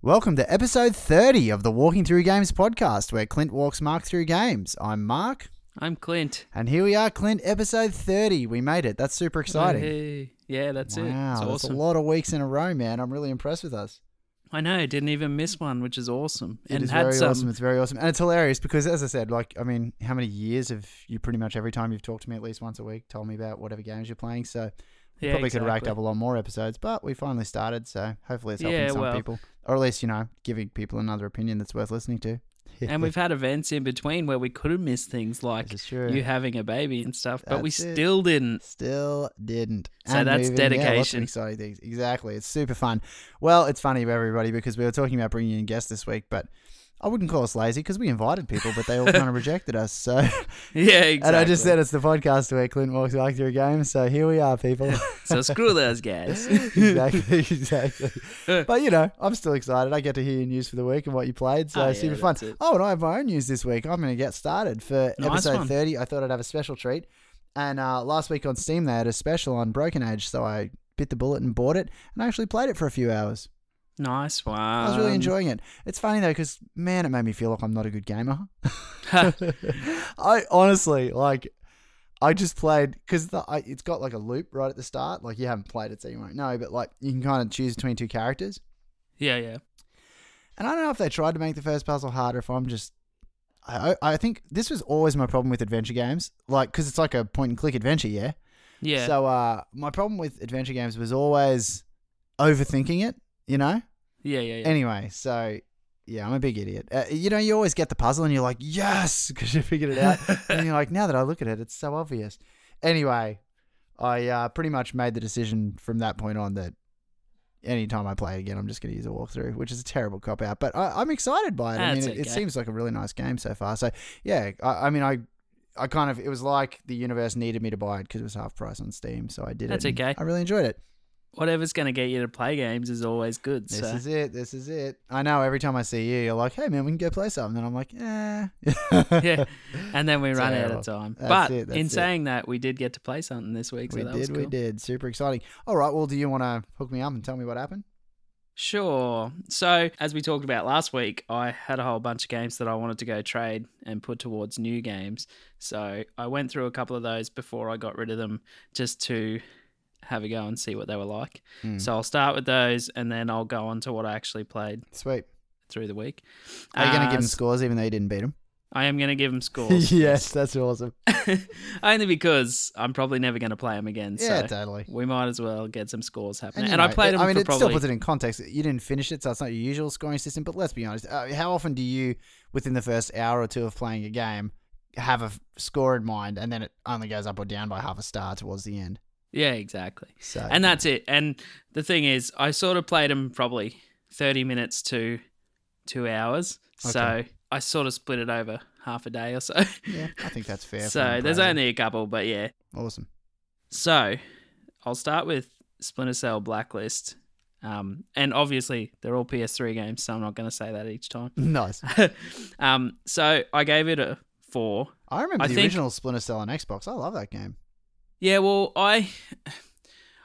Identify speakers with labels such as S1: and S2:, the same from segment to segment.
S1: Welcome to episode 30 of the Walking Through Games podcast, where Clint walks Mark through games. I'm Mark,
S2: I'm Clint.
S1: and here we are, Clint, episode 30. We made it. That's super exciting.
S2: Hey. Yeah, that's
S1: wow,
S2: it. It's
S1: that's
S2: awesome.
S1: a lot of weeks in a row, man. I'm really impressed with us.
S2: I know, didn't even miss one, which is awesome.
S1: It
S2: and
S1: is
S2: had
S1: very
S2: some
S1: awesome. It's very awesome. And it's hilarious because, as I said, like, I mean, how many years have you pretty much every time you've talked to me at least once a week told me about whatever games you're playing? So we
S2: Yeah,
S1: probably could have racked
S2: exactly.
S1: up a lot more episodes, but we finally started. So hopefully it's helping
S2: Yeah,
S1: some
S2: well.
S1: people. Or at least, you know, giving people another opinion that's worth listening to.
S2: and we've had events in between where we could have missed things like
S1: This is true.
S2: you having a baby and stuff, but we
S1: That's it.
S2: still didn't.
S1: Still didn't.
S2: So that's
S1: Yeah, lots of
S2: dedication.
S1: exciting things. Exactly. It's super fun. Well, it's funny, everybody, because we were talking about bringing in guests this week, but I wouldn't call us lazy because we invited people, but they all kind of rejected us. So,
S2: Yeah, exactly.
S1: and I just said it's the podcast where Clint walks back through a game. So here we are, people.
S2: so screw those guys.
S1: exactly, exactly. But you know, I'm still excited. I get to hear your news for the week and what you played, so
S2: Oh, yeah,
S1: super fun.
S2: that's it.
S1: Oh, and I have my own news this week. I'm going to get started for
S2: Nice
S1: episode
S2: one.
S1: 30. I thought I'd have a special treat, and uh, last week on Steam they had a special on Broken Age, so I bit the bullet and bought it, and I actually played it for a few hours.
S2: Nice one.
S1: I was really enjoying it. It's funny though, because man, it made me feel like I'm not a good gamer. I honestly like. I just played because it's got like a loop right at the start. Like you haven't played it, so you won't know. But like you can kind of choose between two characters.
S2: Yeah, yeah.
S1: And I don't know if they tried to make the first puzzle harder. If I'm just, I I I think this was always my problem with adventure games. Like because it's like a point and click adventure, yeah.
S2: Yeah.
S1: So uh, my problem with adventure games was always overthinking it. You know.
S2: yeah, yeah, yeah.
S1: Anyway, so yeah, I'm a big idiot. Uh, you know, you always get the puzzle and you're like, yes, because you figured it out. and you're like, now that I look at it, it's so obvious. Anyway, I uh, pretty much made the decision from that point on that anytime I play again, I'm just going to use a walkthrough, which is a terrible cop out. But I, I'm excited by it. I
S2: That's
S1: mean, it, it
S2: okay.
S1: seems like a really nice game so far. So yeah, I, I mean, I. I kind of it was like the universe needed me to buy it because it was half price on Steam, so I did
S2: That's
S1: it. and
S2: okay.
S1: I really enjoyed it.
S2: Whatever's going to get you to play games is always good.
S1: This
S2: so.
S1: is it. This is it. I know. Every time I see you, you're like, "Hey, man, we can go play something," and I'm like, "Eh."
S2: yeah, and then we run out
S1: Terrible.
S2: of time.
S1: That's
S2: but
S1: it, that's
S2: in
S1: it.
S2: saying that, we did get to play something this week, so
S1: we
S2: that
S1: did.
S2: was cool.
S1: We did. Super exciting. All right. Well, do you want to hook me up and tell me what happened?
S2: Sure. So, as we talked about last week, I had a whole bunch of games that I wanted to go trade and put towards new games. So, I went through a couple of those before I got rid of them just to have a go and see what they were like.
S1: Mm.
S2: So, I'll start with those and then I'll go on to what I actually played
S1: Sweet.
S2: through the week.
S1: Are you going
S2: Uh,
S1: to give him
S2: s-
S1: scores even though you didn't beat him?
S2: I am going to give them scores.
S1: that's awesome.
S2: Only because I'm probably never going to play them again.
S1: Yeah,
S2: so.
S1: totally.
S2: We might as well get some scores happening.
S1: you
S2: And, I
S1: know,
S2: played
S1: it-
S2: them
S1: I mean,
S2: for
S1: it still
S2: probably
S1: puts it in context. You didn't finish it, so it's not your usual scoring system. But let's be honest. Uh, how often do you, within the first hour or two of playing a game, have a f- score in mind, and then it only goes up or down by half a star towards the end?
S2: yeah, exactly.
S1: So
S2: and that's it. And the thing is, I sort of played them probably 30 minutes to two hours. So
S1: Okay.
S2: I sort of split it over half a day or so.
S1: yeah, I think that's fair. for
S2: so
S1: an
S2: there's
S1: appraisal.
S2: only a couple, but yeah.
S1: awesome.
S2: So I'll start with Splinter Cell Blacklist. Um, and obviously, they're all PS3 games, so I'm not going to say that each time.
S1: Nice.
S2: um, so I gave it a four.
S1: I remember
S2: I
S1: the
S2: think-
S1: original Splinter Cell on Xbox. I love that game.
S2: Yeah, well, I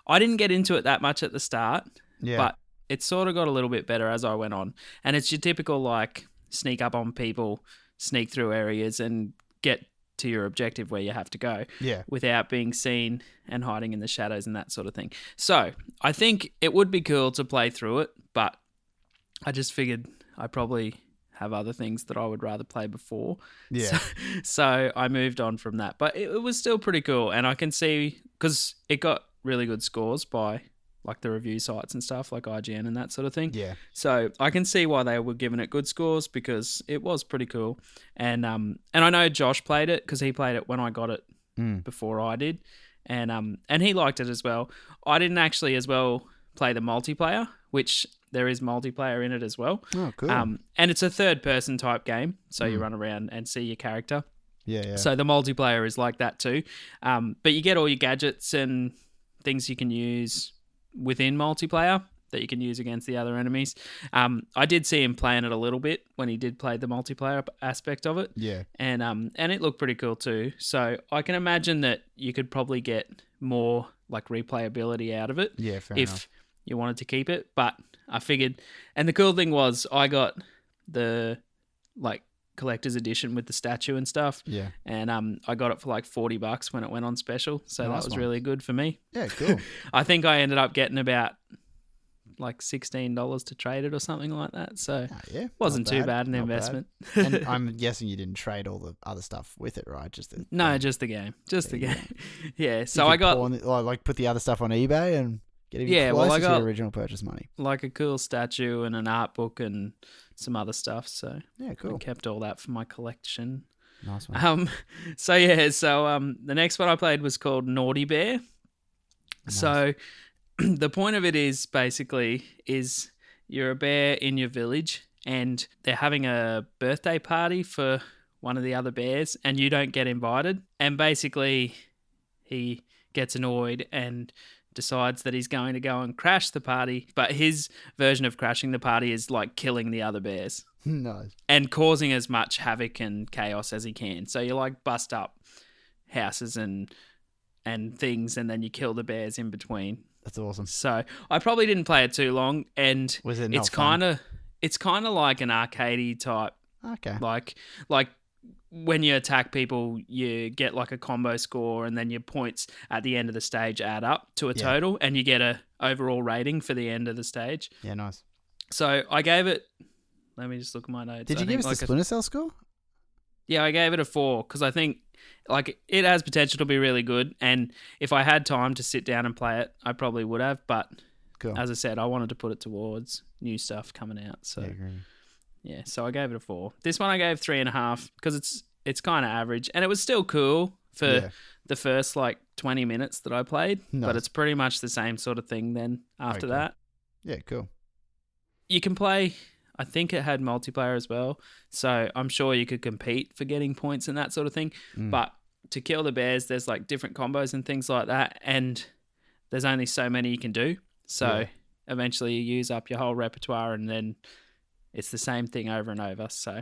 S2: I didn't get into it that much at the start,
S1: Yeah.
S2: but it sort of got a little bit better as I went on. And it's your typical like sneak up on people, sneak through areas and get to your objective where you have to go
S1: yeah.
S2: without being seen and hiding in the shadows and that sort of thing. So, I think it would be cool to play through it, but I just figured I probably have other things that I would rather play before.
S1: Yeah.
S2: So, so I moved on from that, but it, it was still pretty cool, and I can see because it got really good scores by like the review sites and stuff, like IGN and that sort of thing.
S1: yeah.
S2: So I can see why they were giving it good scores because it was pretty cool, and um and I know Josh played it because he played it when I got it
S1: Mm.
S2: before I did, and um and he liked it as well. I didn't actually as well play the multiplayer, which there is multiplayer in it as well.
S1: Oh, cool.
S2: Um, and it's a third person type game, so you
S1: Mm.
S2: run around and see your character.
S1: yeah. Yeah.
S2: So the multiplayer is like that too. Um, but you get all your gadgets and things you can use within multiplayer that you can use against the other enemies. Um, I did see him playing it a little bit when he did play the multiplayer p- aspect of it,
S1: yeah.
S2: and um, and it looked pretty cool too. So I can imagine that you could probably get more like replayability out of it
S1: Yeah. Fair
S2: if
S1: enough.
S2: you wanted to keep it, but I figured. And the cool thing was, I got the like collector's edition with the statue and stuff,
S1: Yeah.
S2: and um, I got it for like forty bucks when it went on special. So
S1: Nice
S2: that was
S1: one.
S2: really good for me.
S1: Yeah, cool.
S2: I think I ended up getting about like sixteen dollars to trade it or something like that. So
S1: Ah, yeah.
S2: wasn't
S1: not
S2: too bad an
S1: not
S2: investment.
S1: and I'm guessing you didn't trade all the other stuff with it, right? Just the,
S2: no,
S1: the-
S2: just the game, just the
S1: There you
S2: game. yeah,
S1: you
S2: so
S1: could
S2: I got
S1: pawn it- like, like put the other stuff on eBay and get even
S2: Yeah,
S1: closer
S2: well, I
S1: to
S2: got-
S1: your original purchase money.
S2: like a cool statue and an art book and some other stuff. So
S1: Yeah,
S2: I
S1: cool.
S2: kept all that for my collection.
S1: Nice one.
S2: Um, so yeah, so um, the next one I played was called Naughty Bear. So the point of it is basically is you're a bear in your village and they're having a birthday party for one of the other bears and you don't get invited and basically he gets annoyed and decides that he's going to go and crash the party but his version of crashing the party is like killing the other bears
S1: nice.
S2: and causing as much havoc and chaos as he can. So you like bust up houses and and things, and then you kill the bears in between.
S1: That's awesome.
S2: So I probably didn't play it too long, and
S1: Was it?
S2: it's kind of it's kind of like an arcadey type,
S1: of okay.
S2: like like when you attack people, you get like a combo score, and then your points at the end of the stage add up to a
S1: Yeah.
S2: total, and you get a overall rating for the end of the stage.
S1: Yeah, nice.
S2: So I gave it. Let me just look at my notes.
S1: Did
S2: I
S1: you give
S2: think
S1: us
S2: like
S1: the
S2: a-
S1: Splinter Cell score?
S2: yeah, I gave it a four because I think like it has potential to be really good. And if I had time to sit down and play it, I probably would have. But
S1: Cool.
S2: as I said, I wanted to put it towards new stuff coming out. So
S1: Yeah,
S2: yeah,
S1: agree.
S2: so I gave it a four. This one I gave three and a half because it's it's kind of average, and it was still cool for
S1: Yeah.
S2: the first like twenty minutes that I played.
S1: Nice.
S2: But it's pretty much the same sort of thing. Then after
S1: Okay.
S2: that,
S1: yeah, cool.
S2: you can play i think it had multiplayer as well so i'm sure you could compete for getting points and that sort of thing
S1: Mm.
S2: but to kill the bears there's like different combos and things like that and there's only so many you can do so
S1: Yeah.
S2: eventually you use up your whole repertoire and then it's the same thing over and over so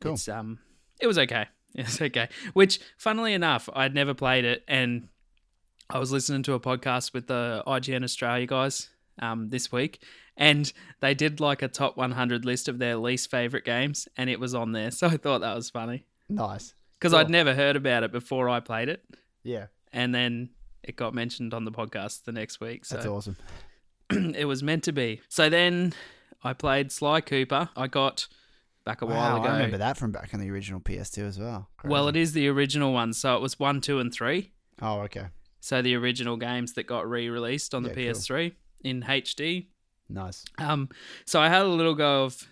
S1: Cool.
S2: it's um it was okay it was okay which funnily enough i'd never played it and i was listening to a podcast with the ign australia guys um, this week and they did like a top 100 list of their least favorite games and it was on there so i thought that was funny
S1: Nice.
S2: because
S1: Cool.
S2: i'd never heard about it before i played it
S1: Yeah,
S2: and then it got mentioned on the podcast the next week so
S1: that's awesome.
S2: it was meant to be so then i played sly cooper i got back a while
S1: Wow,
S2: ago
S1: I remember that from back on the original PS2 as well.
S2: well it
S1: Crazy.
S2: is the original one so it was one two and three
S1: Oh, okay.
S2: so the original games that got re-released on the
S1: Yeah, cool.
S2: ps3 in hd
S1: Nice.
S2: Um, so I had a little go of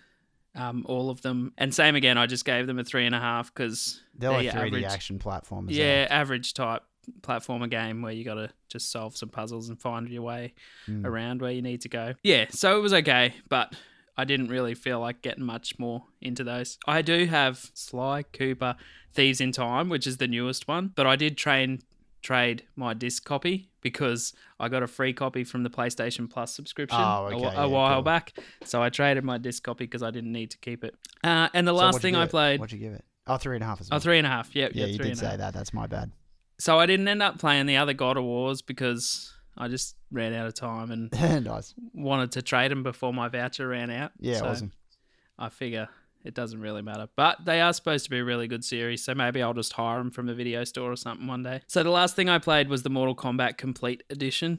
S2: um, all of them, and same again. I just gave them a three and a half because
S1: They're like 3D
S2: average,
S1: action platformers. aren't
S2: yeah, average type platformer game where you got to just solve some puzzles and find your way
S1: they? Mm.
S2: around where you need to go. Yeah, so it was okay, but I didn't really feel like getting much more into those. I do have Sly Cooper Thieves in Time, which is the newest one, but I did train trade my disc copy because I got a free copy from the PlayStation Plus subscription
S1: Oh,
S2: a
S1: okay,
S2: wh- a,
S1: yeah,
S2: while
S1: cool.
S2: back. So I traded my disc copy because I didn't need to keep it. Uh, and the
S1: So
S2: last
S1: what'd you
S2: thing
S1: give
S2: I
S1: it?
S2: played,
S1: What'd you give it? Oh, three and a half as well.
S2: oh, three and a half. Yep,
S1: yeah,
S2: yep,
S1: you
S2: three
S1: did
S2: and a
S1: say
S2: half.
S1: that. That's my bad.
S2: So I didn't end up playing the other God of Wars because I just ran out of time and
S1: nice.
S2: wanted to trade them before my voucher ran out.
S1: Yeah,
S2: so
S1: awesome.
S2: I figure it doesn't really matter. But they are supposed to be a really good series, so maybe I'll just hire them from a video store or something one day. So the last thing I played was the Mortal Kombat Complete Edition.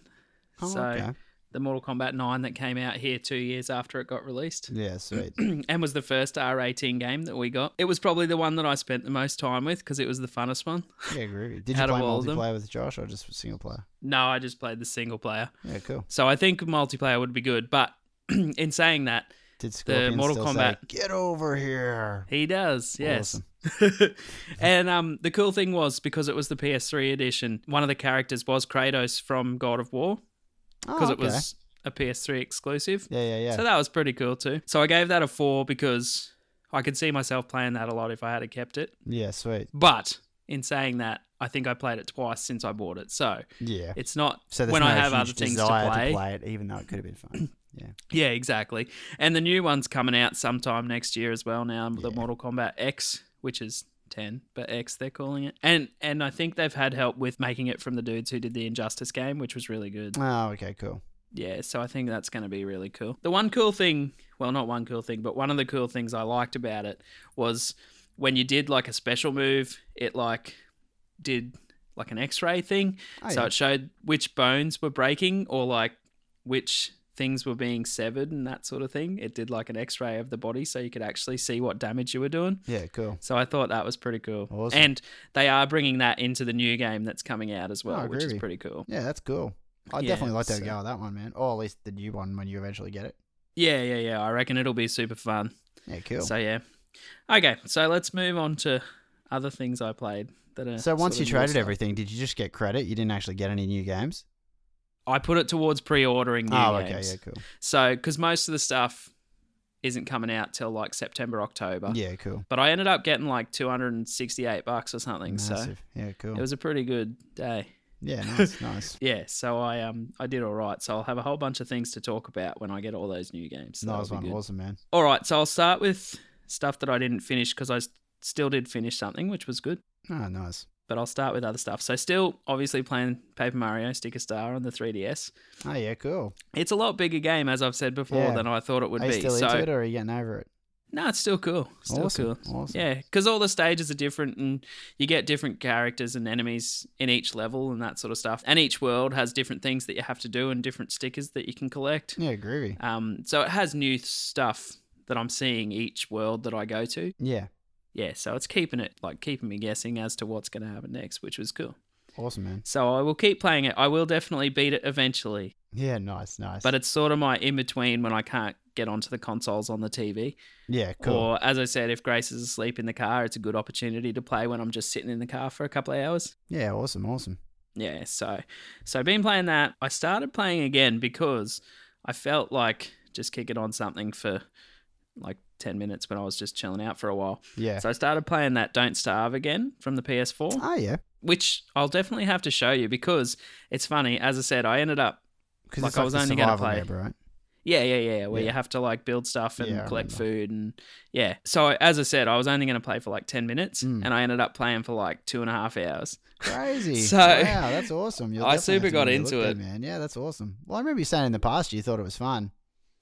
S1: Oh,
S2: so
S1: okay.
S2: the Mortal Kombat 9 that came out here two years after it got released.
S1: Yeah, sweet.
S2: and was the first R18 game that we got. It was probably the one that I spent the most time with because it was the funnest one.
S1: Yeah, groovy. Did you
S2: Out of
S1: play
S2: all of them.
S1: multiplayer with Josh or just single player?
S2: No, I just played the single player.
S1: Yeah, cool.
S2: So I think multiplayer would be good. But in saying that,
S1: Did Scorpion
S2: Mortal
S1: still say,
S2: Kombat-
S1: Get over here.
S2: He does, yes.
S1: Awesome.
S2: and um, the cool thing was because it was the PS3 edition, one of the characters was Kratos from God of War because
S1: Oh,
S2: it was a PS3 exclusive.
S1: Yeah, yeah, yeah.
S2: So that was pretty cool too. So I gave that a four because I could see myself playing that a lot if I had kept it.
S1: yeah, sweet.
S2: But in saying that, I think I played it twice since I bought it. So
S1: Yeah.
S2: it's not
S1: So there's
S2: when
S1: no
S2: I have
S1: huge
S2: other things to
S1: desire
S2: play,
S1: it, even though it could have been fun.
S2: Yeah, exactly. And the new one's coming out sometime next year as well. Now the
S1: Yeah.
S2: Mortal Kombat X, which is ten, but X they're calling it. And and I think they've had help with making it from the dudes who did the Injustice game, which was really good.
S1: oh, okay, cool.
S2: yeah, so I think that's going to be really cool. The one cool thing, well, not one cool thing, but one of the cool things I liked about it was when you did like a special move, it like did like an x ray thing.
S1: Oh,
S2: so
S1: yeah.
S2: it showed which bones were breaking or like which things were being severed and that sort of thing. It did like an x ray of the body so you could actually see what damage you were doing.
S1: yeah, cool.
S2: So I thought that was pretty cool.
S1: Awesome.
S2: And they are bringing that into the new game that's coming out as well,
S1: Oh,
S2: which is
S1: groovy.
S2: pretty cool.
S1: Yeah, that's cool. I'd
S2: Yeah,
S1: definitely like to have a
S2: so-
S1: go at that one, man. Or at least the new one when you eventually get it.
S2: Yeah, yeah, yeah. I reckon it'll be super fun.
S1: Yeah, cool.
S2: So yeah. Okay, so let's move on to other things I played that are
S1: So once you
S2: sort of
S1: traded
S2: more-
S1: everything, did you just get credit? You didn't actually get any new games.
S2: I put it towards pre-ordering new
S1: oh, okay,
S2: games.
S1: yeah, cool.
S2: So because most of the stuff isn't coming out till like September, October.
S1: Yeah, cool.
S2: But I ended up getting like 268 bucks or something. So
S1: Massive. Yeah, cool.
S2: it was a pretty good day.
S1: yeah, nice, nice.
S2: Yeah, so I um I did all right. So I'll have a whole bunch of things to talk about when I get all those new games. So that'll
S1: nice
S2: be
S1: one.
S2: good.
S1: Awesome, man.
S2: All right, so I'll start with stuff that I didn't finish because I s- still did finish something, which was good.
S1: Oh, nice.
S2: But I'll start with other stuff. So still, obviously playing Paper Mario Sticker Star on the 3DS.
S1: Oh, yeah, cool.
S2: It's a lot bigger game, as I've said before,
S1: Yeah.
S2: than I thought it would
S1: Are you
S2: be.
S1: still
S2: so
S1: into it or are you getting over it?
S2: no, it's still cool. Still
S1: awesome.
S2: cool.
S1: Awesome.
S2: Yeah, because all the stages are different, and you get different characters and enemies in each level and that sort of stuff. And each world has different things that you have to do and different stickers that you can collect.
S1: Yeah, groovy.
S2: Um, so it has new stuff that I'm seeing each world that I go to.
S1: Yeah,
S2: Yeah, so it's keeping it like keeping me guessing as to what's going to happen next, which was cool.
S1: awesome, man.
S2: So I will keep playing it. I will definitely beat it eventually,
S1: Yeah, nice, nice.
S2: but it's sort of my in between when I can't get onto the consoles on the TV.
S1: yeah, cool.
S2: Or as I said, if Grace is asleep in the car, it's a good opportunity to play when I'm just sitting in the car for a couple of hours.
S1: yeah, awesome, awesome.
S2: Yeah, so so been playing that. I started playing again because I felt like just kicking on something for like 10 minutes when I was just chilling out for a while.
S1: Yeah.
S2: So I started playing that Don't Starve again from the PS4,
S1: oh yeah,
S2: which I'll definitely have to show you because it's funny. As I said, I ended up
S1: because
S2: Like,
S1: it's
S2: I
S1: like
S2: was
S1: the
S2: only gonna
S1: survival
S2: play-
S1: map, right?
S2: yeah, yeah, yeah, where
S1: Yeah.
S2: you have to like build stuff and
S1: Yeah, I
S2: collect
S1: remember.
S2: food and yeah. So as I said, I was only going to play for like 10 minutes
S1: Mm.
S2: and I ended up playing for like two and a half hours.
S1: Crazy.
S2: So-
S1: wow, that's awesome. You'll
S2: I
S1: definitely have
S2: super
S1: to
S2: got
S1: give a
S2: into
S1: look there,
S2: it.
S1: man. Yeah, that's awesome. Well, I remember you saying in the past you thought it was fun.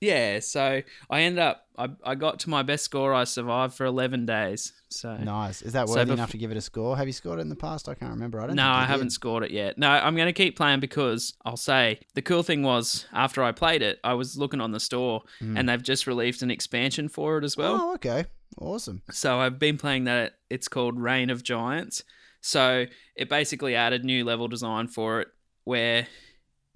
S2: Yeah, so I ended up I, I got to my best score I survived for 11 days. So
S1: Nice. Is that
S2: So
S1: worthy
S2: bef-
S1: enough to give it a score? Have you scored it in the past? I can't remember. I don't.
S2: no,
S1: think you
S2: I
S1: did.
S2: haven't scored it yet. No, I'm going to keep playing because I'll say the cool thing was after I played it, I was looking on the store
S1: Mm.
S2: and they've just released an expansion for it as well.
S1: oh, okay. Awesome.
S2: So I've been playing that. It's called Reign of Giants. So it basically added new level design for it, where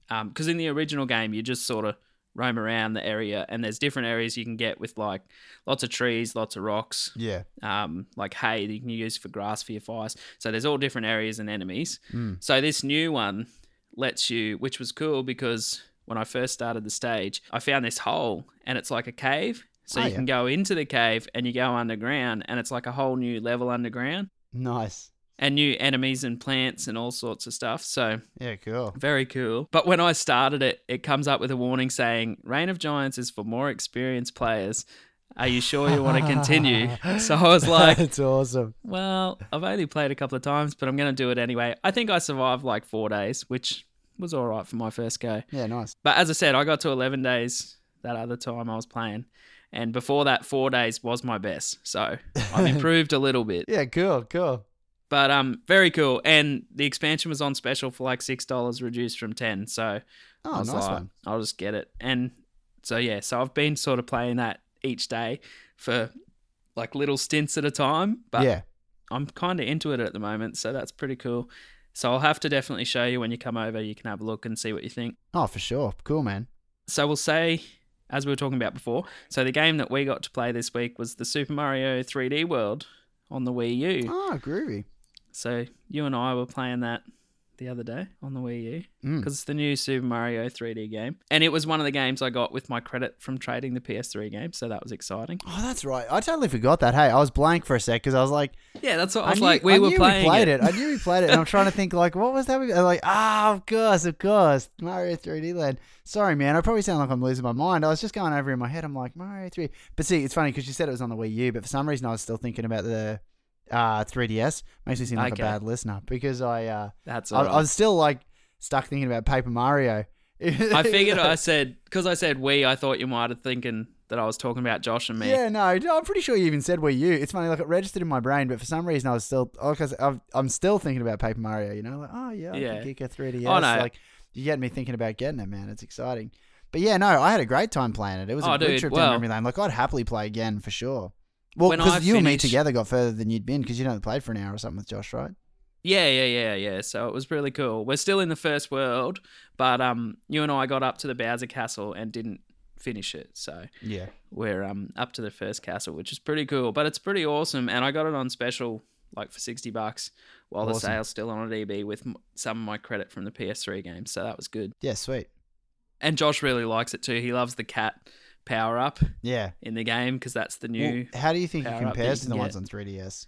S2: because in the original game you just sort of roam around the area, and there's different areas you can get with like lots of trees, lots of rocks,
S1: Yeah.
S2: um, like hay that you can use for grass for your fires. So there's all different areas and enemies.
S1: Mm.
S2: So this new one lets you, which was cool because when I first started the stage, I found this hole and it's like a cave. So
S1: Oh,
S2: you
S1: yeah.
S2: can go into the cave and you go underground and it's like a whole new level underground
S1: Nice.
S2: and new enemies and plants and all sorts of stuff. So
S1: Yeah. Cool.
S2: very cool. But when I started it, it comes up with a warning saying Reign of Giants is for more experienced players. Are you sure you want to continue? So I was like,
S1: it's awesome.
S2: well, I've only played a couple of times, but I'm going to do it anyway. I think I survived like four days, which was all right for my first go.
S1: Yeah. Nice.
S2: But as I said, I got to 11 days that other time I was playing. And before that, four days was my best. So I've improved a little bit.
S1: Yeah. Cool. Cool.
S2: But um, very cool. And the expansion was on special for like $6 reduced from 10 So
S1: Oh,
S2: I was
S1: nice
S2: like,
S1: one.
S2: I'll just get it. And so, yeah, so I've been sort of playing that each day for like little stints at a time. But
S1: yeah.
S2: I'm kind of into it at the moment, so that's pretty cool. So I'll have to definitely show you when you come over. You can have a look and see what you think.
S1: Oh, for sure. Cool, man.
S2: So we'll say, as we were talking about before, so the game that we got to play this week was the Super Mario 3D World on the Wii U.
S1: Oh, groovy.
S2: So you and I were playing that the other day on the Wii U
S1: Mm.
S2: because it's the new Super Mario 3D game, and it was one of the games I got with my credit from trading the PS3 game. So that was exciting.
S1: Oh, that's right. I totally forgot that. Hey, I was blank for a sec because I was like,
S2: Yeah, that's what I
S1: I
S2: was
S1: knew,
S2: like. We
S1: I
S2: were
S1: knew
S2: playing
S1: we played
S2: it.
S1: it. I knew we played it, and I'm trying to think like, what was that? We, I'm like, ah, of course, of course, Mario 3D Land. Sorry, man. I probably sound like I'm losing my mind. I was just going over in my head. I'm like Mario 3. But see, it's funny because you said it was on the Wii U, but for some reason I was still thinking about the uh, 3DS. Makes me seem like
S2: Okay.
S1: a bad listener because I, uh,
S2: That's
S1: I,
S2: all
S1: I
S2: right.
S1: was still like stuck thinking about Paper Mario.
S2: I figured I said because I said we. I thought you might have thinking that I was talking about Josh and me.
S1: Yeah, no, no, I'm pretty sure you even said "were you." It's funny, like it registered in my brain, but for some reason I was still, oh, because I'm still thinking about Paper Mario. You know, like oh yeah, I
S2: Yeah.
S1: can kick a 3DS.
S2: Oh, no.
S1: Like you get me thinking about getting it, man. It's exciting. But yeah, no, I had a great time playing it. It was
S2: Oh,
S1: a good
S2: dude,
S1: trip
S2: well-
S1: down memory lane. Like I'd happily play again for sure. Well,
S2: When I
S1: because you and me
S2: finished-
S1: together got further than you'd been because you'd only played for an hour or something with Josh, right?
S2: Yeah, yeah, yeah, yeah. So it was really cool. We're still in the first world, but um, you and I got up to the Bowser Castle and didn't finish it. So
S1: Yeah.
S2: we're um up to the first castle, which is pretty cool. But it's pretty awesome, and I got it on special, like for sixty bucks, while the
S1: Awesome.
S2: sale's still on at EB with m- some of my credit from the PS3 game. So that was good.
S1: Yeah, sweet.
S2: And Josh really likes it too. He loves the cat power up
S1: Yeah.
S2: in the game because that's the new.
S1: Well, how do you think it
S2: power up that
S1: compares
S2: you
S1: to the
S2: can
S1: ones
S2: get.
S1: on 3DS?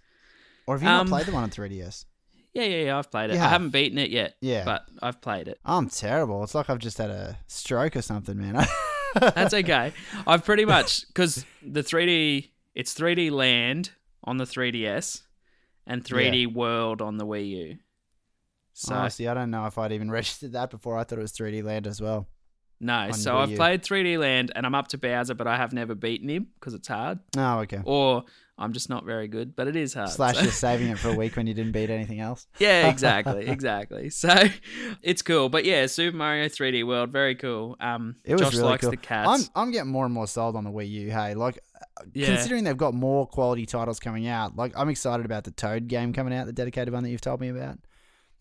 S1: Or have you not
S2: Um,
S1: played the one on 3DS?
S2: yeah, yeah, yeah. I've played it.
S1: You
S2: I
S1: have.
S2: haven't beaten it yet,
S1: Yeah.
S2: but I've played it.
S1: I'm terrible. It's like I've just had a stroke or something, man.
S2: That's okay. I've pretty much because the 3D it's 3D Land on the 3DS and 3D World on the Wii U. So
S1: Honestly, I don't know if I'd even registered that before. I thought it was 3D Land as well.
S2: no,
S1: on
S2: so
S1: Wii
S2: I've
S1: U.
S2: played 3D Land and I'm up to Bowser, but I have never beaten him because it's hard,
S1: Oh, okay.
S2: or I'm just not very good. But it is hard.
S1: Slash,
S2: so-
S1: you're saving it for a week when you didn't beat anything else.
S2: yeah, exactly, exactly. So it's cool, but yeah, Super Mario 3D World, very cool. Um,
S1: It was
S2: Josh
S1: really
S2: likes
S1: cool.
S2: the cats.
S1: I'm I'm getting more and more sold on the Wii U. Hey, like
S2: yeah,
S1: considering they've got more quality titles coming out, like I'm excited about the Toad game coming out, the dedicated one that you've told me about.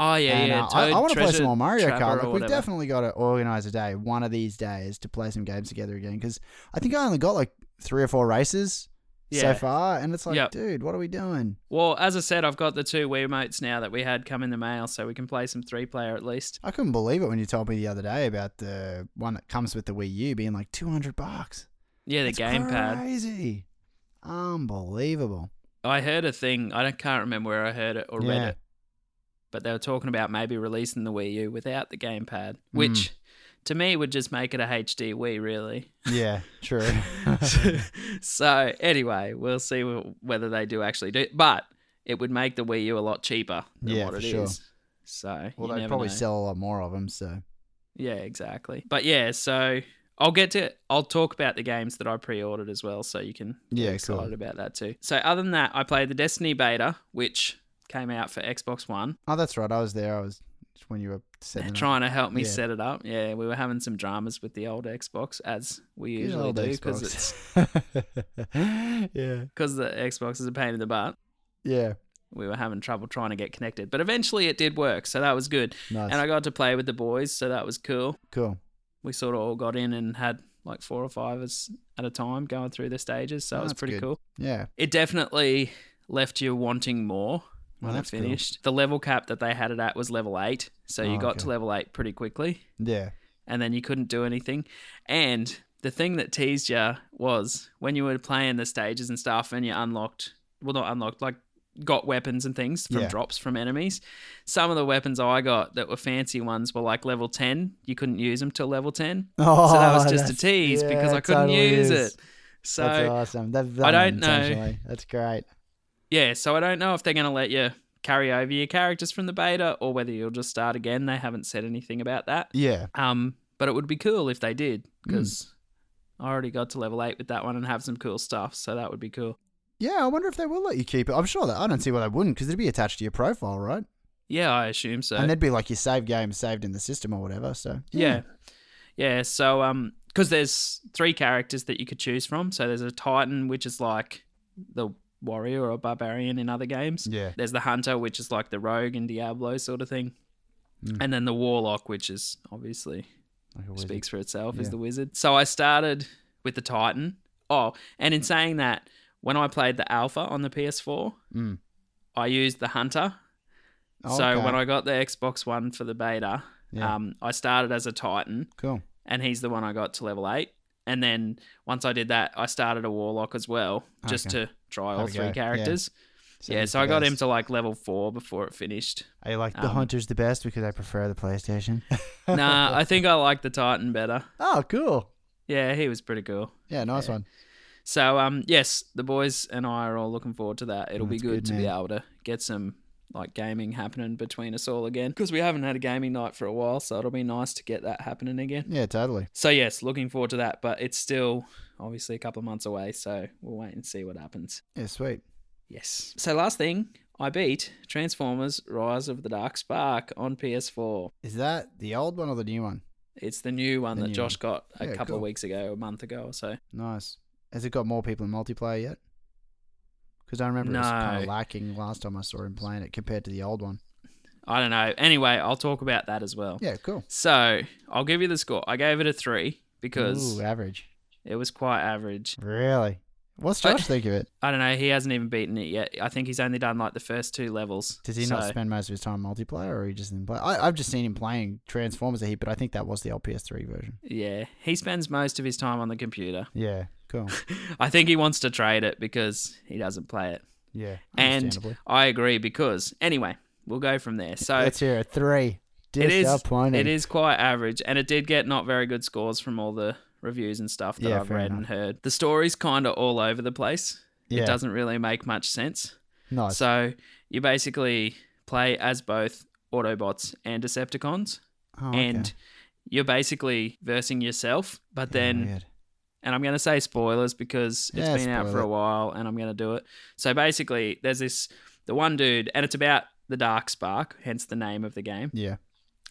S2: oh yeah,
S1: And,
S2: yeah.
S1: uh, I, I
S2: want to
S1: play some more Mario Kart. Like,
S2: Or
S1: we've
S2: whatever.
S1: definitely got to organize a day, one of these days, to play some games together again. Because I think I only got like three or four races
S2: Yeah.
S1: so far, and it's like,
S2: Yep.
S1: dude, what are we doing?
S2: Well, as I said, I've got the two Wiimotes now that we had come in the mail, so we can play some three player at least.
S1: I couldn't believe it when you told me the other day about the one that comes with the Wii U being like two hundred bucks.
S2: Yeah, the
S1: It's
S2: gamepad.
S1: crazy, unbelievable.
S2: I heard a thing. I don't, can't remember where I heard it or read
S1: Yeah.
S2: it, but they were talking about maybe releasing the Wii U without the gamepad,
S1: Hmm.
S2: which to me would just make it a HD Wii, really.
S1: Yeah, true.
S2: so anyway, we'll see wh- whether they do actually do. it. But it would make the Wii U a lot cheaper than
S1: Yeah,
S2: what
S1: for
S2: it is.
S1: sure.
S2: So
S1: well,
S2: you
S1: they
S2: never
S1: probably
S2: know.
S1: sell a lot more of them, so
S2: Yeah, exactly. But yeah, so I'll get to I'll talk about the games that I pre-ordered as well, so you can get
S1: Yeah, cool.
S2: excited about that too. So other than that, I played the Destiny beta, which came out for Xbox One.
S1: oh, that's right. I was there. I was when you were
S2: They're
S1: setting it up.
S2: trying to help me
S1: Yeah.
S2: set it up. Yeah, we were having some dramas with the old Xbox as we
S1: Good
S2: usually
S1: old
S2: do because it's
S1: Xbox. yeah,
S2: because the Xbox is a pain in the butt.
S1: yeah,
S2: We were having trouble trying to get connected, but eventually it did work, so that was good.
S1: nice,
S2: And I got to play with the boys, so that was cool.
S1: cool.
S2: we sort of all got in and had like four or five us at a time going through the stages. So
S1: Oh,
S2: it was
S1: that's
S2: pretty
S1: good.
S2: cool.
S1: Yeah,
S2: It definitely left you wanting more when
S1: Well,
S2: it
S1: that's cool.
S2: finished. The level cap that they had it at was level eight. So you
S1: Oh,
S2: got
S1: okay.
S2: to level eight pretty quickly
S1: yeah.
S2: and then you couldn't do anything. And the thing that teased you was when you were playing the stages and stuff and you unlocked, well, not unlocked, like got weapons and things from
S1: Yeah.
S2: drops from enemies. Some of the weapons I got that were fancy ones were like level 10. You couldn't use them till level 10
S1: Oh,
S2: so that was just a
S1: that's-
S2: tease
S1: yeah,
S2: because I
S1: it
S2: couldn't
S1: totally
S2: use
S1: is.
S2: it. So
S1: that's awesome. They've done
S2: I
S1: that
S2: don't know.
S1: intentionally. That's great.
S2: yeah, so I don't know if they're going to let you carry over your characters from the beta or whether you'll just start again. They haven't said anything about that.
S1: Yeah,
S2: Um, but it would be cool if they did
S1: Hmm.
S2: because I already got to level eight with that one and have some cool stuff. So that would be cool.
S1: yeah. I wonder if they will let you keep it. I'm sure that I don't see why they wouldn't because it'd be attached to your profile, right?
S2: Yeah, I assume so.
S1: and there'd be like your save game saved in the system or whatever. So
S2: yeah. Yeah, so um because there's three characters that you could choose from. So there's a Titan which is like the warrior or barbarian in other games.
S1: yeah,
S2: There's the hunter, which is like the rogue and Diablo sort of thing.
S1: Mm.
S2: And then the warlock, which is obviously
S1: like a wizard.
S2: speaks for itself, is
S1: Yeah.
S2: the wizard. So I started with the Titan. Oh, and in saying that, when I played the Alpha on the PS4,
S1: Mm.
S2: I used the Hunter.
S1: Oh,
S2: So
S1: okay.
S2: when I got the Xbox One for the beta,
S1: Yeah.
S2: um, I started as a Titan,
S1: cool.
S2: and he's the one I got to level eight. And then once I did that, I started a Warlock as well, just
S1: Okay.
S2: to try all
S1: Have a go.
S2: three
S1: Yeah.
S2: characters.
S1: So
S2: Yeah,
S1: he's
S2: so
S1: the
S2: I got him
S1: best.
S2: to like level four before it finished.
S1: I like the
S2: um,
S1: hunters the best because I prefer the PlayStation.
S2: nah, I think I like the Titan better.
S1: oh, cool.
S2: Yeah, he was pretty cool.
S1: Yeah, nice
S2: Yeah.
S1: one.
S2: So um, yes, the boys and I are all looking forward to that. It'll be
S1: That's
S2: good,
S1: good,
S2: to be
S1: man.
S2: able to get some like gaming happening between us all again because we haven't had a gaming night for a while. So it'll be nice to get that happening again.
S1: Yeah, totally.
S2: So yes, looking forward to that, but it's still obviously a couple of months away. So we'll wait and see what happens.
S1: Yeah, sweet.
S2: Yes. So last thing, I beat Transformers: Rise of the Dark Spark on PS4.
S1: Is that the old one or the new one?
S2: It's the new one
S1: The
S2: that
S1: new
S2: Josh got a
S1: Yeah,
S2: couple of
S1: cool.
S2: weeks ago, a month ago or so.
S1: Nice. Has it got more people in multiplayer yet? Because I remember it was
S2: No.
S1: kind of lacking last time I saw him playing it compared to the old one.
S2: I don't know. Anyway, I'll talk about that as well.
S1: Yeah, cool.
S2: So I'll give you the score. I gave it a three because
S1: Ooh, average.
S2: it was quite average.
S1: Really? What's
S2: I-
S1: Josh think of it?
S2: I don't know. He hasn't even beaten it yet. I think he's only done like the first two levels.
S1: Does he not
S2: So-
S1: spend most of his time multiplayer, or he just didn't play? I, I've just seen him playing Transformers a heap, but I think that was the old PS3 version.
S2: Yeah, he spends most of his time on the computer.
S1: Yeah, cool.
S2: I think he wants to trade it because he doesn't play it.
S1: Yeah,
S2: And-
S1: understandably.
S2: I agree because anyway, we'll go from there. So
S1: let's hear it. Three.
S2: it is
S1: Disappointing.
S2: it is quite average, and it did get not very good scores from all the reviews and stuff that
S1: Yeah,
S2: I've
S1: fair
S2: read
S1: enough.
S2: and heard. The story's kind of all over the place.
S1: Yeah,
S2: It doesn't really make much sense.
S1: nice.
S2: So you basically play as both Autobots and Decepticons,
S1: Oh, okay.
S2: and you're basically versing yourself. But
S1: Yeah,
S2: then
S1: weird.
S2: and I'm going to say spoilers because it's
S1: Yeah,
S2: been out
S1: spoil
S2: for
S1: it.
S2: a while and I'm going to do it. So basically, there's this the one dude, and it's about the Dark Spark, hence the name of the game,
S1: yeah,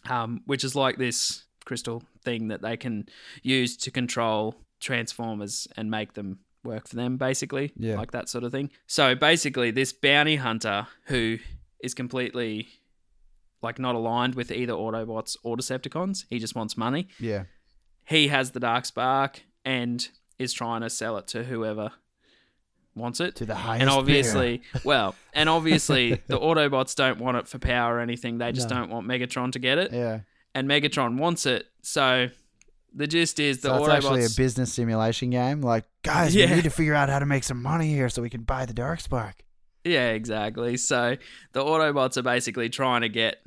S2: um, which is like this crystal thing that they can use to control transformers and make them work for them, basically,
S1: Yeah.
S2: like that sort of thing. So basically, this bounty hunter who is completely like not aligned with either Autobots or Decepticons, he just wants money
S1: yeah,
S2: he has the dark spark and is trying to sell it to whoever wants it
S1: to the highest.
S2: and
S1: bidder.
S2: obviously well and obviously the autobots don't want it for power or anything they just
S1: No.
S2: don't want megatron to get it
S1: yeah.
S2: and megatron wants it so the gist is the
S1: so it's actually a
S2: autobots
S1: business simulation game. Like, guys,
S2: Yeah.
S1: we need to figure out how to make some money here so we can buy the Dark Spark.
S2: yeah exactly so the autobots are basically trying to get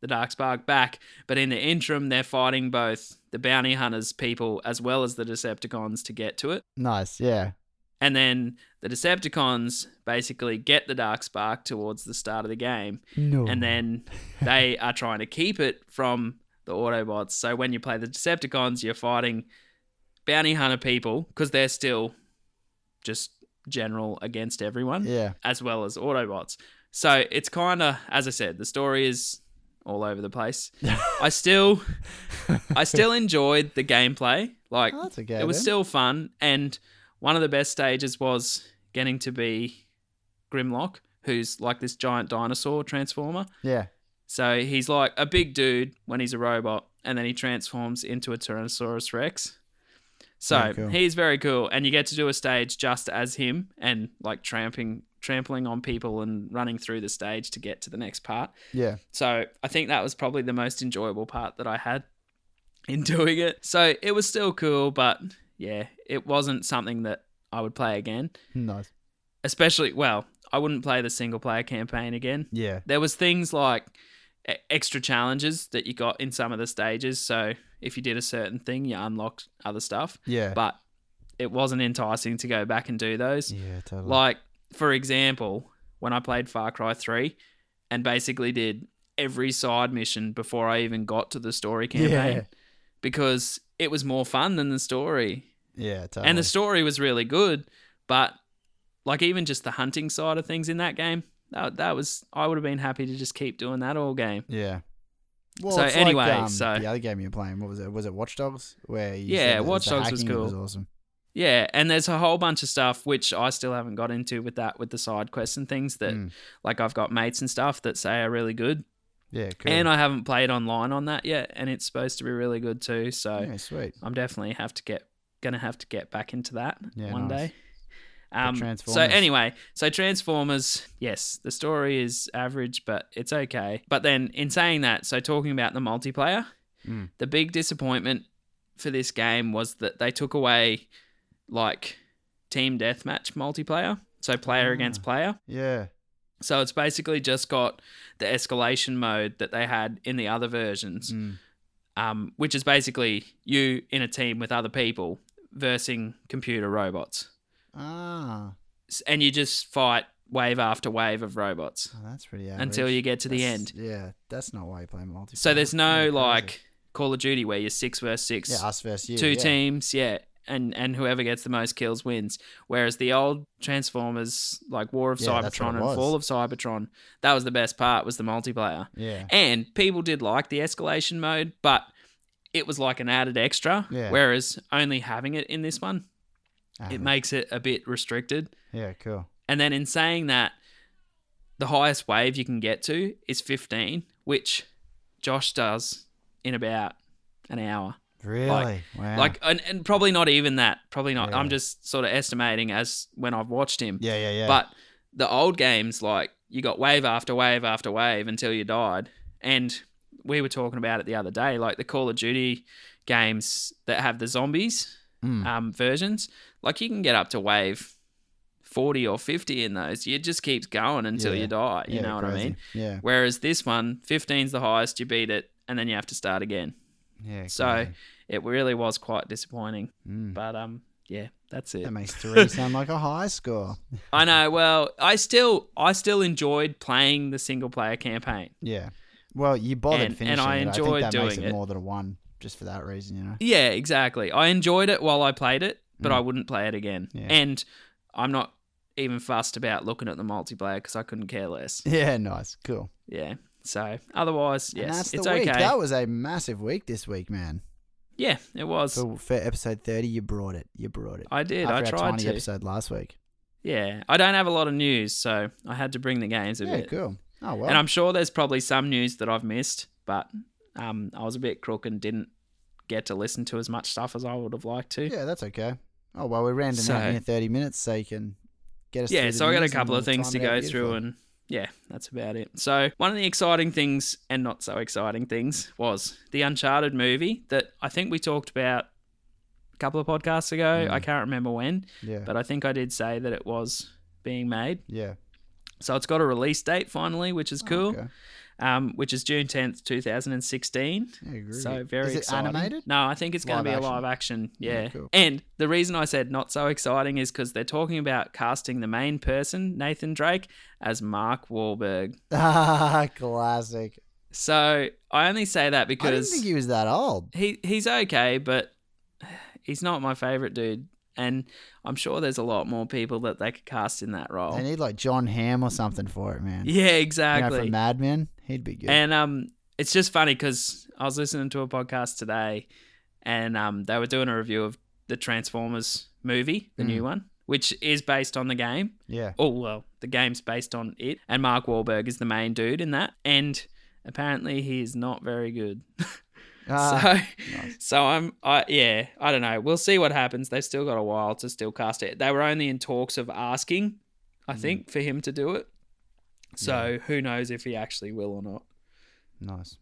S2: the dark spark back but in the interim they're fighting both the bounty hunters people as well as the decepticons to get to it
S1: Nice. Yeah.
S2: And then the Decepticons basically get the Dark Spark towards the start of the game,
S1: No.
S2: and then they are trying to keep it from the Autobots. So when you play the Decepticons, you're fighting bounty hunter people because they're still just general against everyone,
S1: Yeah.
S2: as well as Autobots. So it's kind of, as I said, the story is all over the place. I still, I still enjoyed the gameplay. Like
S1: Oh, that's okay.
S2: it was
S1: then.
S2: still fun and one of the best stages was getting to be grimlock who's like this giant dinosaur transformer
S1: Yeah.
S2: so he's like a big dude when he's a robot and then he transforms into a tyrannosaurus rex so
S1: Very cool.
S2: he's very cool and you get to do a stage just as him and like tramping trampling on people and running through the stage to get to the next part
S1: Yeah.
S2: so I think that was probably the most enjoyable part that I had in doing it. So it was still cool, but yeah, it wasn't something that I would play again.
S1: Nice.
S2: Especially, well, I wouldn't play the single player campaign again.
S1: Yeah.
S2: There was things like e- extra challenges that you got in some of the stages. So if you did a certain thing, you unlocked other stuff,
S1: Yeah.
S2: but it wasn't enticing to go back and do those.
S1: yeah. Totally.
S2: Like, for example, when I played Far Cry 3 and basically did every side mission before I even got to the story campaign
S1: Yeah.
S2: because it was more fun than the story.
S1: yeah. Totally.
S2: And the story was really good, but like even just the hunting side of things in that game, that, that was I would have been happy to just keep doing that all game.
S1: Yeah. Well,
S2: So
S1: it's
S2: anyway,
S1: like, um,
S2: so-
S1: the other game you're playing, what was it? Was it Watch Dogs? Where you
S2: Yeah,
S1: said that
S2: Watch
S1: the
S2: Dogs was
S1: hacking
S2: cool.
S1: Was awesome.
S2: Yeah, and there's a whole bunch of stuff which I still haven't got into with that with the side quests and things that
S1: Mm.
S2: like I've got mates and stuff that say are really good.
S1: Yeah, cool.
S2: And I haven't played online on that yet, and it's supposed to be really good too. So
S1: yeah, sweet.
S2: I'm definitely have to get gonna have to get back into that
S1: Yeah,
S2: one
S1: nice.
S2: day. Um, so
S1: Transformers.
S2: anyway, so Transformers, yes, the story is average, but it's okay. But then in saying that, so talking about the multiplayer,
S1: Mm.
S2: the big disappointment for this game was that they took away like team deathmatch multiplayer, so player
S1: Ah.
S2: against player.
S1: Yeah.
S2: So it's basically just got the escalation mode that they had in the other versions,
S1: Mm.
S2: um, which is basically you in a team with other people versing computer robots.
S1: Ah.
S2: S- And you just fight wave after wave of robots
S1: Oh, that's pretty average.
S2: until you get to the
S1: That's-
S2: end.
S1: Yeah, that's not why you play multiplayer.
S2: So there's
S1: Yeah,
S2: no
S1: crazy.
S2: like Call of Duty where you're six versus six,
S1: yeah, us versus you.
S2: two
S1: yeah.
S2: teams, yeah, and and whoever gets the most kills wins. Whereas the old Transformers, like War of
S1: Yeah, that's what it
S2: Cybertron and
S1: was.
S2: Fall of Cybertron, that was the best part was the multiplayer,
S1: Yeah,
S2: and people did like the escalation mode, but it was like an added extra.
S1: Yeah.
S2: Whereas only having it in this one, it
S1: average.
S2: makes it a bit restricted.
S1: Uh-huh. yeah, cool.
S2: And then in saying that, the highest wave you can get to is 15, which Josh does in about an hour.
S1: Really? wow.
S2: Like, and, and probably not even that. Probably not.
S1: Yeah.
S2: I'm just sort of estimating as when I've watched him.
S1: yeah, yeah, yeah.
S2: But the old games, like, you got wave after wave after wave until you died. And we were talking about it the other day, like the Call of Duty games that have the zombies
S1: Mm.
S2: um, versions, like you can get up to wave 40 or 50 in those. It just keeps going until
S1: Yeah.
S2: you die. You
S1: Yeah,
S2: know what I
S1: crazy.
S2: mean?
S1: Yeah,
S2: Whereas this one, 15's the highest, you beat it, and then you have to start again.
S1: yeah.
S2: So
S1: crazy.
S2: it really was quite disappointing.
S1: Mm.
S2: But um, yeah, that's it.
S1: that makes three sound like a high score.
S2: I know. Well, I still I still enjoyed playing the single player campaign.
S1: Yeah. Well, you bothered
S2: And- and
S1: finishing
S2: I
S1: it.
S2: enjoyed
S1: I think that makes
S2: doing
S1: it,
S2: it.
S1: more than a one, just for that reason, you know.
S2: Yeah, exactly. I enjoyed it while I played it, but
S1: Mm.
S2: I wouldn't play it again.
S1: Yeah.
S2: And I'm not even fussed about looking at the multiplayer because I couldn't care less.
S1: Yeah, nice, cool.
S2: Yeah. So otherwise,
S1: and that's
S2: yes,
S1: the
S2: it's
S1: week.
S2: okay.
S1: That was a massive week this week, man.
S2: yeah, it was.
S1: For, for episode thirty, you brought it. You brought it.
S2: I did.
S1: After
S2: I
S1: our
S2: tried
S1: tiny
S2: to.
S1: episode last week.
S2: Yeah, I don't have a lot of news, so I had to bring the games a
S1: yeah,
S2: bit.
S1: cool. Oh well.
S2: And I'm sure there's probably some news that I've missed, but um, I was a bit crook and didn't get to listen to as much stuff as I would have liked to.
S1: yeah, that's okay. Oh well, we're rounding
S2: So-
S1: out near thirty minutes, so you can get us.
S2: Yeah,
S1: through the
S2: so I got a
S1: news and
S2: couple of
S1: we'll
S2: things to
S1: time it out
S2: go through,
S1: beautifully.
S2: and yeah, that's about it. So, one of the exciting things and not so exciting things was the Uncharted movie that I think we talked about a couple of podcasts ago.
S1: Mm.
S2: I can't remember when,
S1: yeah,
S2: but I think I did say that it was being made.
S1: yeah,
S2: So, it's got a release date finally, which is
S1: Oh,
S2: cool,
S1: okay.
S2: um, which is June 10th, 2016.
S1: Yeah, groovy.
S2: So very
S1: Is it
S2: exciting.
S1: animated?
S2: No, I think it's
S1: Live
S2: going to be a
S1: action.
S2: live action. Yeah.
S1: Yeah, cool.
S2: And the reason I said not so exciting is because they're talking about casting the main person, Nathan Drake, as Mark Wahlberg.
S1: Ah, classic.
S2: So I only say that
S1: I didn't
S2: because
S1: think he was that old.
S2: he he's okay, but he's not my favorite dude. And I'm sure there's a lot more people that they could cast in that role.
S1: They need like John Hamm or something for it, man.
S2: yeah,
S1: You know,
S2: exactly.
S1: from Mad Men, he'd be good.
S2: And um, it's just funny because I was listening to a podcast today, and um, they were doing a review of the Transformers movie, the
S1: Mm.
S2: new one, which is based on the game.
S1: yeah,
S2: Oh well, the game's based on it, and Mark Wahlberg is the main dude in that. And apparently, he is not very good.
S1: Ah,
S2: so,
S1: nice.
S2: so I'm, I yeah, I don't know. We'll see what happens. They've still got a while to still cast it. They were only in talks of asking, I
S1: Mm.
S2: think, for him to do it. So who knows if he actually will or not.
S1: nice.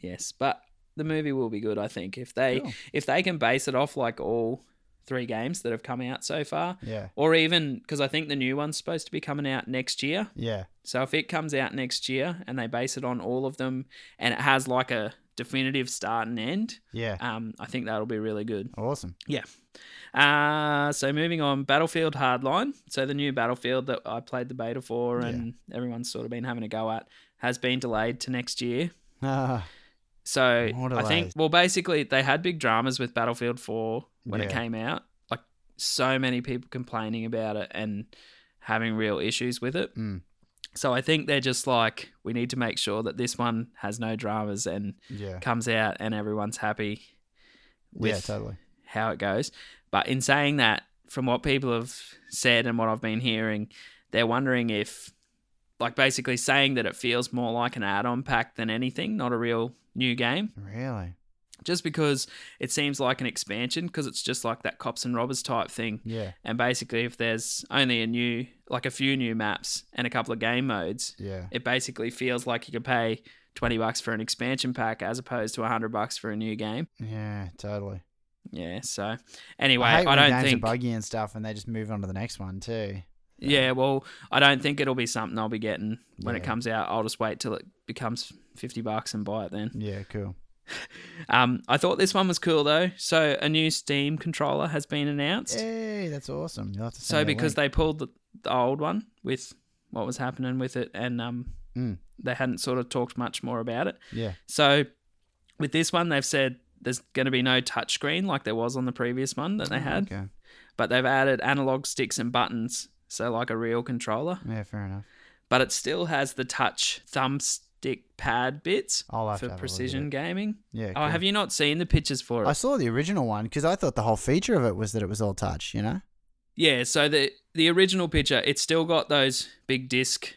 S2: Yes, but the movie will be good, I think. If they
S1: Cool.
S2: if they can base it off like all three games that have come out so far,
S1: Yeah,
S2: or even because I think the new one's supposed to be coming out next year.
S1: yeah,
S2: So if it comes out next year and they base it on all of them, and it has like a definitive start and end,
S1: yeah.
S2: um, I think that'll be really good.
S1: Awesome.
S2: Uh, so moving on, Battlefield Hardline. So the new Battlefield that I played the beta for
S1: Yeah.
S2: and everyone's sort of been having a go at has been delayed to next year.
S1: Ah,
S2: So
S1: More
S2: I think
S1: delays.
S2: well basically they had big dramas with Battlefield 4 when it
S1: Yeah.
S2: came out. Like so many people complaining about it and having real issues with it.
S1: Mm.
S2: So I think they're just like we need to make sure that this one has no dramas and
S1: yeah,
S2: comes out and everyone's happy
S1: yeah,
S2: with
S1: totally.
S2: how it goes. But in saying that, from what people have said and what I've been hearing, they're wondering if, like, basically saying that it feels more like an add on pack than anything, not a real new game,
S1: Really?
S2: just because it seems like an expansion, because it's just like that cops and robbers type thing.
S1: Yeah,
S2: And basically, if there's only a new, like, a few new maps and a couple of game modes,
S1: yeah,
S2: it basically feels like you could pay 20 bucks for an expansion pack as opposed to 100 bucks for a new game.
S1: yeah, totally.
S2: Yeah, so anyway,
S1: I, hate
S2: I,
S1: when
S2: don't
S1: games
S2: think
S1: are buggy and stuff, and they just move on to the next one too.
S2: Yeah, well, I don't think it'll be something I'll be getting when it
S1: Yeah.
S2: comes out. I'll just wait till it becomes 50 bucks and buy it then.
S1: Yeah, cool.
S2: Um, I thought this one was cool though. So, a new Steam controller has been announced.
S1: Hey, that's awesome. You'll have to send
S2: so,
S1: me a link.
S2: because they pulled the, the old one with what was happening with it, and um,
S1: Mm.
S2: they hadn't sort of talked much more about it.
S1: Yeah.
S2: So with this one, they've said there's going to be no touchscreen like there was on the previous one that they had,
S1: Mm, Okay.
S2: but they've added analog sticks and buttons, so like a real controller,
S1: Yeah, fair enough.
S2: but it still has the touch thumbstick pad bits
S1: I'll have to have
S2: for
S1: a look at
S2: precision
S1: it.
S2: gaming.
S1: Yeah.
S2: Oh,
S1: cool.
S2: have you not seen the pictures for it?
S1: I saw the original one because I thought the whole feature of it was that it was all touch. You know.
S2: yeah, so the the original picture, it's still got those big disc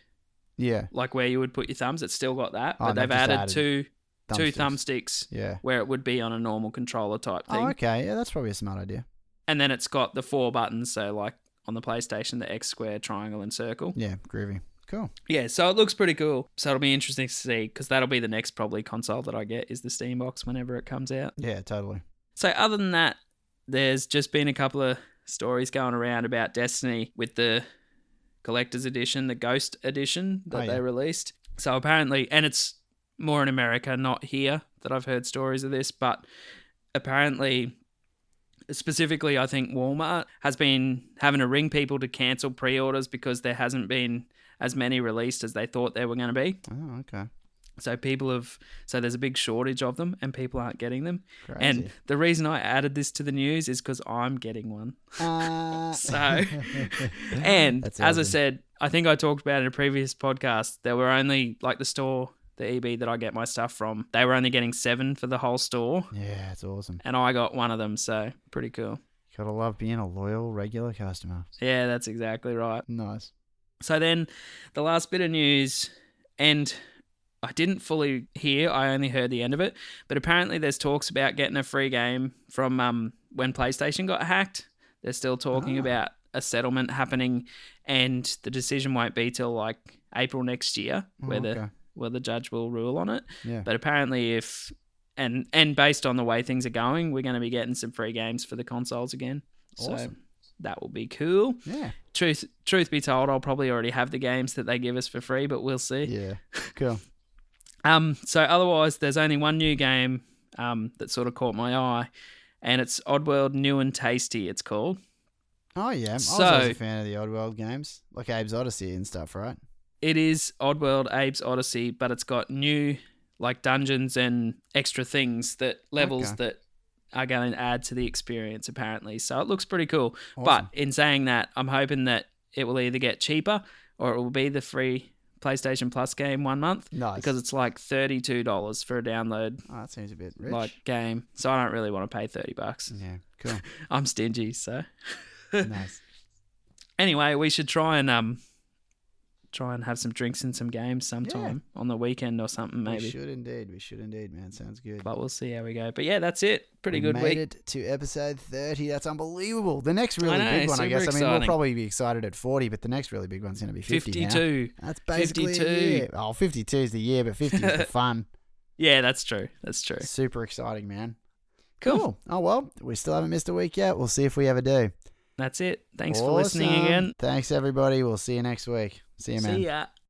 S1: Yeah.
S2: like where you would put your thumbs. It's still got that,
S1: Oh,
S2: but
S1: and they've
S2: they've
S1: just
S2: added,
S1: added
S2: two two
S1: thumbsticks.
S2: thumbsticks
S1: Yeah.
S2: where it would be on a normal controller type thing.
S1: Oh, okay. Yeah, that's probably a smart idea.
S2: And then it's got the four buttons, so like on the PlayStation, the X, square, triangle, and circle.
S1: Yeah, groovy. Cool.
S2: Yeah, so it looks pretty cool. So it'll be interesting to see because that'll be the next probably console that I get is the Steam Box whenever it comes out.
S1: Yeah, totally.
S2: So other than that, there's just been a couple of stories going around about Destiny with the collector's edition, the Ghost edition that
S1: Oh, yeah.
S2: they released. So apparently, and it's more in America, not here, that I've heard stories of this, but apparently specifically I think Walmart has been having to ring people to cancel pre-orders because there hasn't been as many released as they thought there were going to be.
S1: Oh, okay.
S2: So people have so there's a big shortage of them and people aren't getting them.
S1: Crazy.
S2: And the reason I added this to the news is because I'm getting one.
S1: Uh,
S2: So, and
S1: That's
S2: as I
S1: awesome.
S2: said, I think I talked about in a previous podcast, there were only like the store, the EB that I get my stuff from, they were only getting seven for the whole store.
S1: yeah, it's awesome.
S2: And I got one of them. So pretty cool.
S1: Gotta love being a loyal regular customer.
S2: Yeah, that's exactly right.
S1: Nice.
S2: So then the last bit of news, and I didn't fully hear, I only heard the end of it, but apparently there's talks about getting a free game from um, when PlayStation got hacked. They're still talking
S1: Ah.
S2: about a settlement happening, and the decision won't be till like April next year,
S1: Oh,
S2: where, the,
S1: okay.
S2: where the judge will rule on it.
S1: yeah.
S2: But apparently, if and and based on the way things are going, we're going to be getting some free games for the consoles again. So
S1: Awesome.
S2: that will be cool
S1: yeah.
S2: truth truth be told, I'll probably already have the games that they give us for free, but we'll see.
S1: Yeah. Cool.
S2: Um, so otherwise, there's only one new game um, that sort of caught my eye, and it's Oddworld New and Tasty. It's called.
S1: Oh yeah. I was
S2: So-
S1: always a fan of the Odd World games, like Abe's Odyssey and stuff, right?
S2: It is Oddworld Abe's Odyssey, but it's got new like dungeons and extra things that levels
S1: Okay.
S2: that are going to add to the experience apparently. So it looks pretty cool.
S1: Awesome.
S2: But in saying that, I'm hoping that it will either get cheaper or it will be the free PlayStation Plus game one month.
S1: nice.
S2: because it's like thirty-two dollars for a download
S1: oh, that seems a bit rich. Mm.
S2: like game. So I don't really want to pay thirty bucks.
S1: yeah. Cool.
S2: I'm stingy. So
S1: nice.
S2: anyway, we should try and um, try and have some drinks and some games sometime on the weekend or something
S1: We
S2: maybe.
S1: should indeed. We should indeed, man. Sounds good.
S2: But we'll see how we go. But yeah, that's it. Pretty
S1: We
S2: good
S1: made
S2: week.
S1: it to episode 30. That's unbelievable. The next really
S2: know,
S1: big one, I
S2: super
S1: guess. I mean,
S2: exciting.
S1: we'll probably be excited at 40, but the next really big one's going to be 50 now.
S2: Fifty-two.
S1: That's basically 52.
S2: 52.
S1: Oh, 52 is the year, but 50 is the fun.
S2: Yeah, that's true. That's true.
S1: Super exciting, man.
S2: Cool.
S1: Oh, well, we still haven't missed a week yet. We'll see if we ever do.
S2: That's it. Thanks for listening
S1: Awesome.
S2: again.
S1: Thanks, everybody. We'll see you next week. See you, man.
S2: See ya.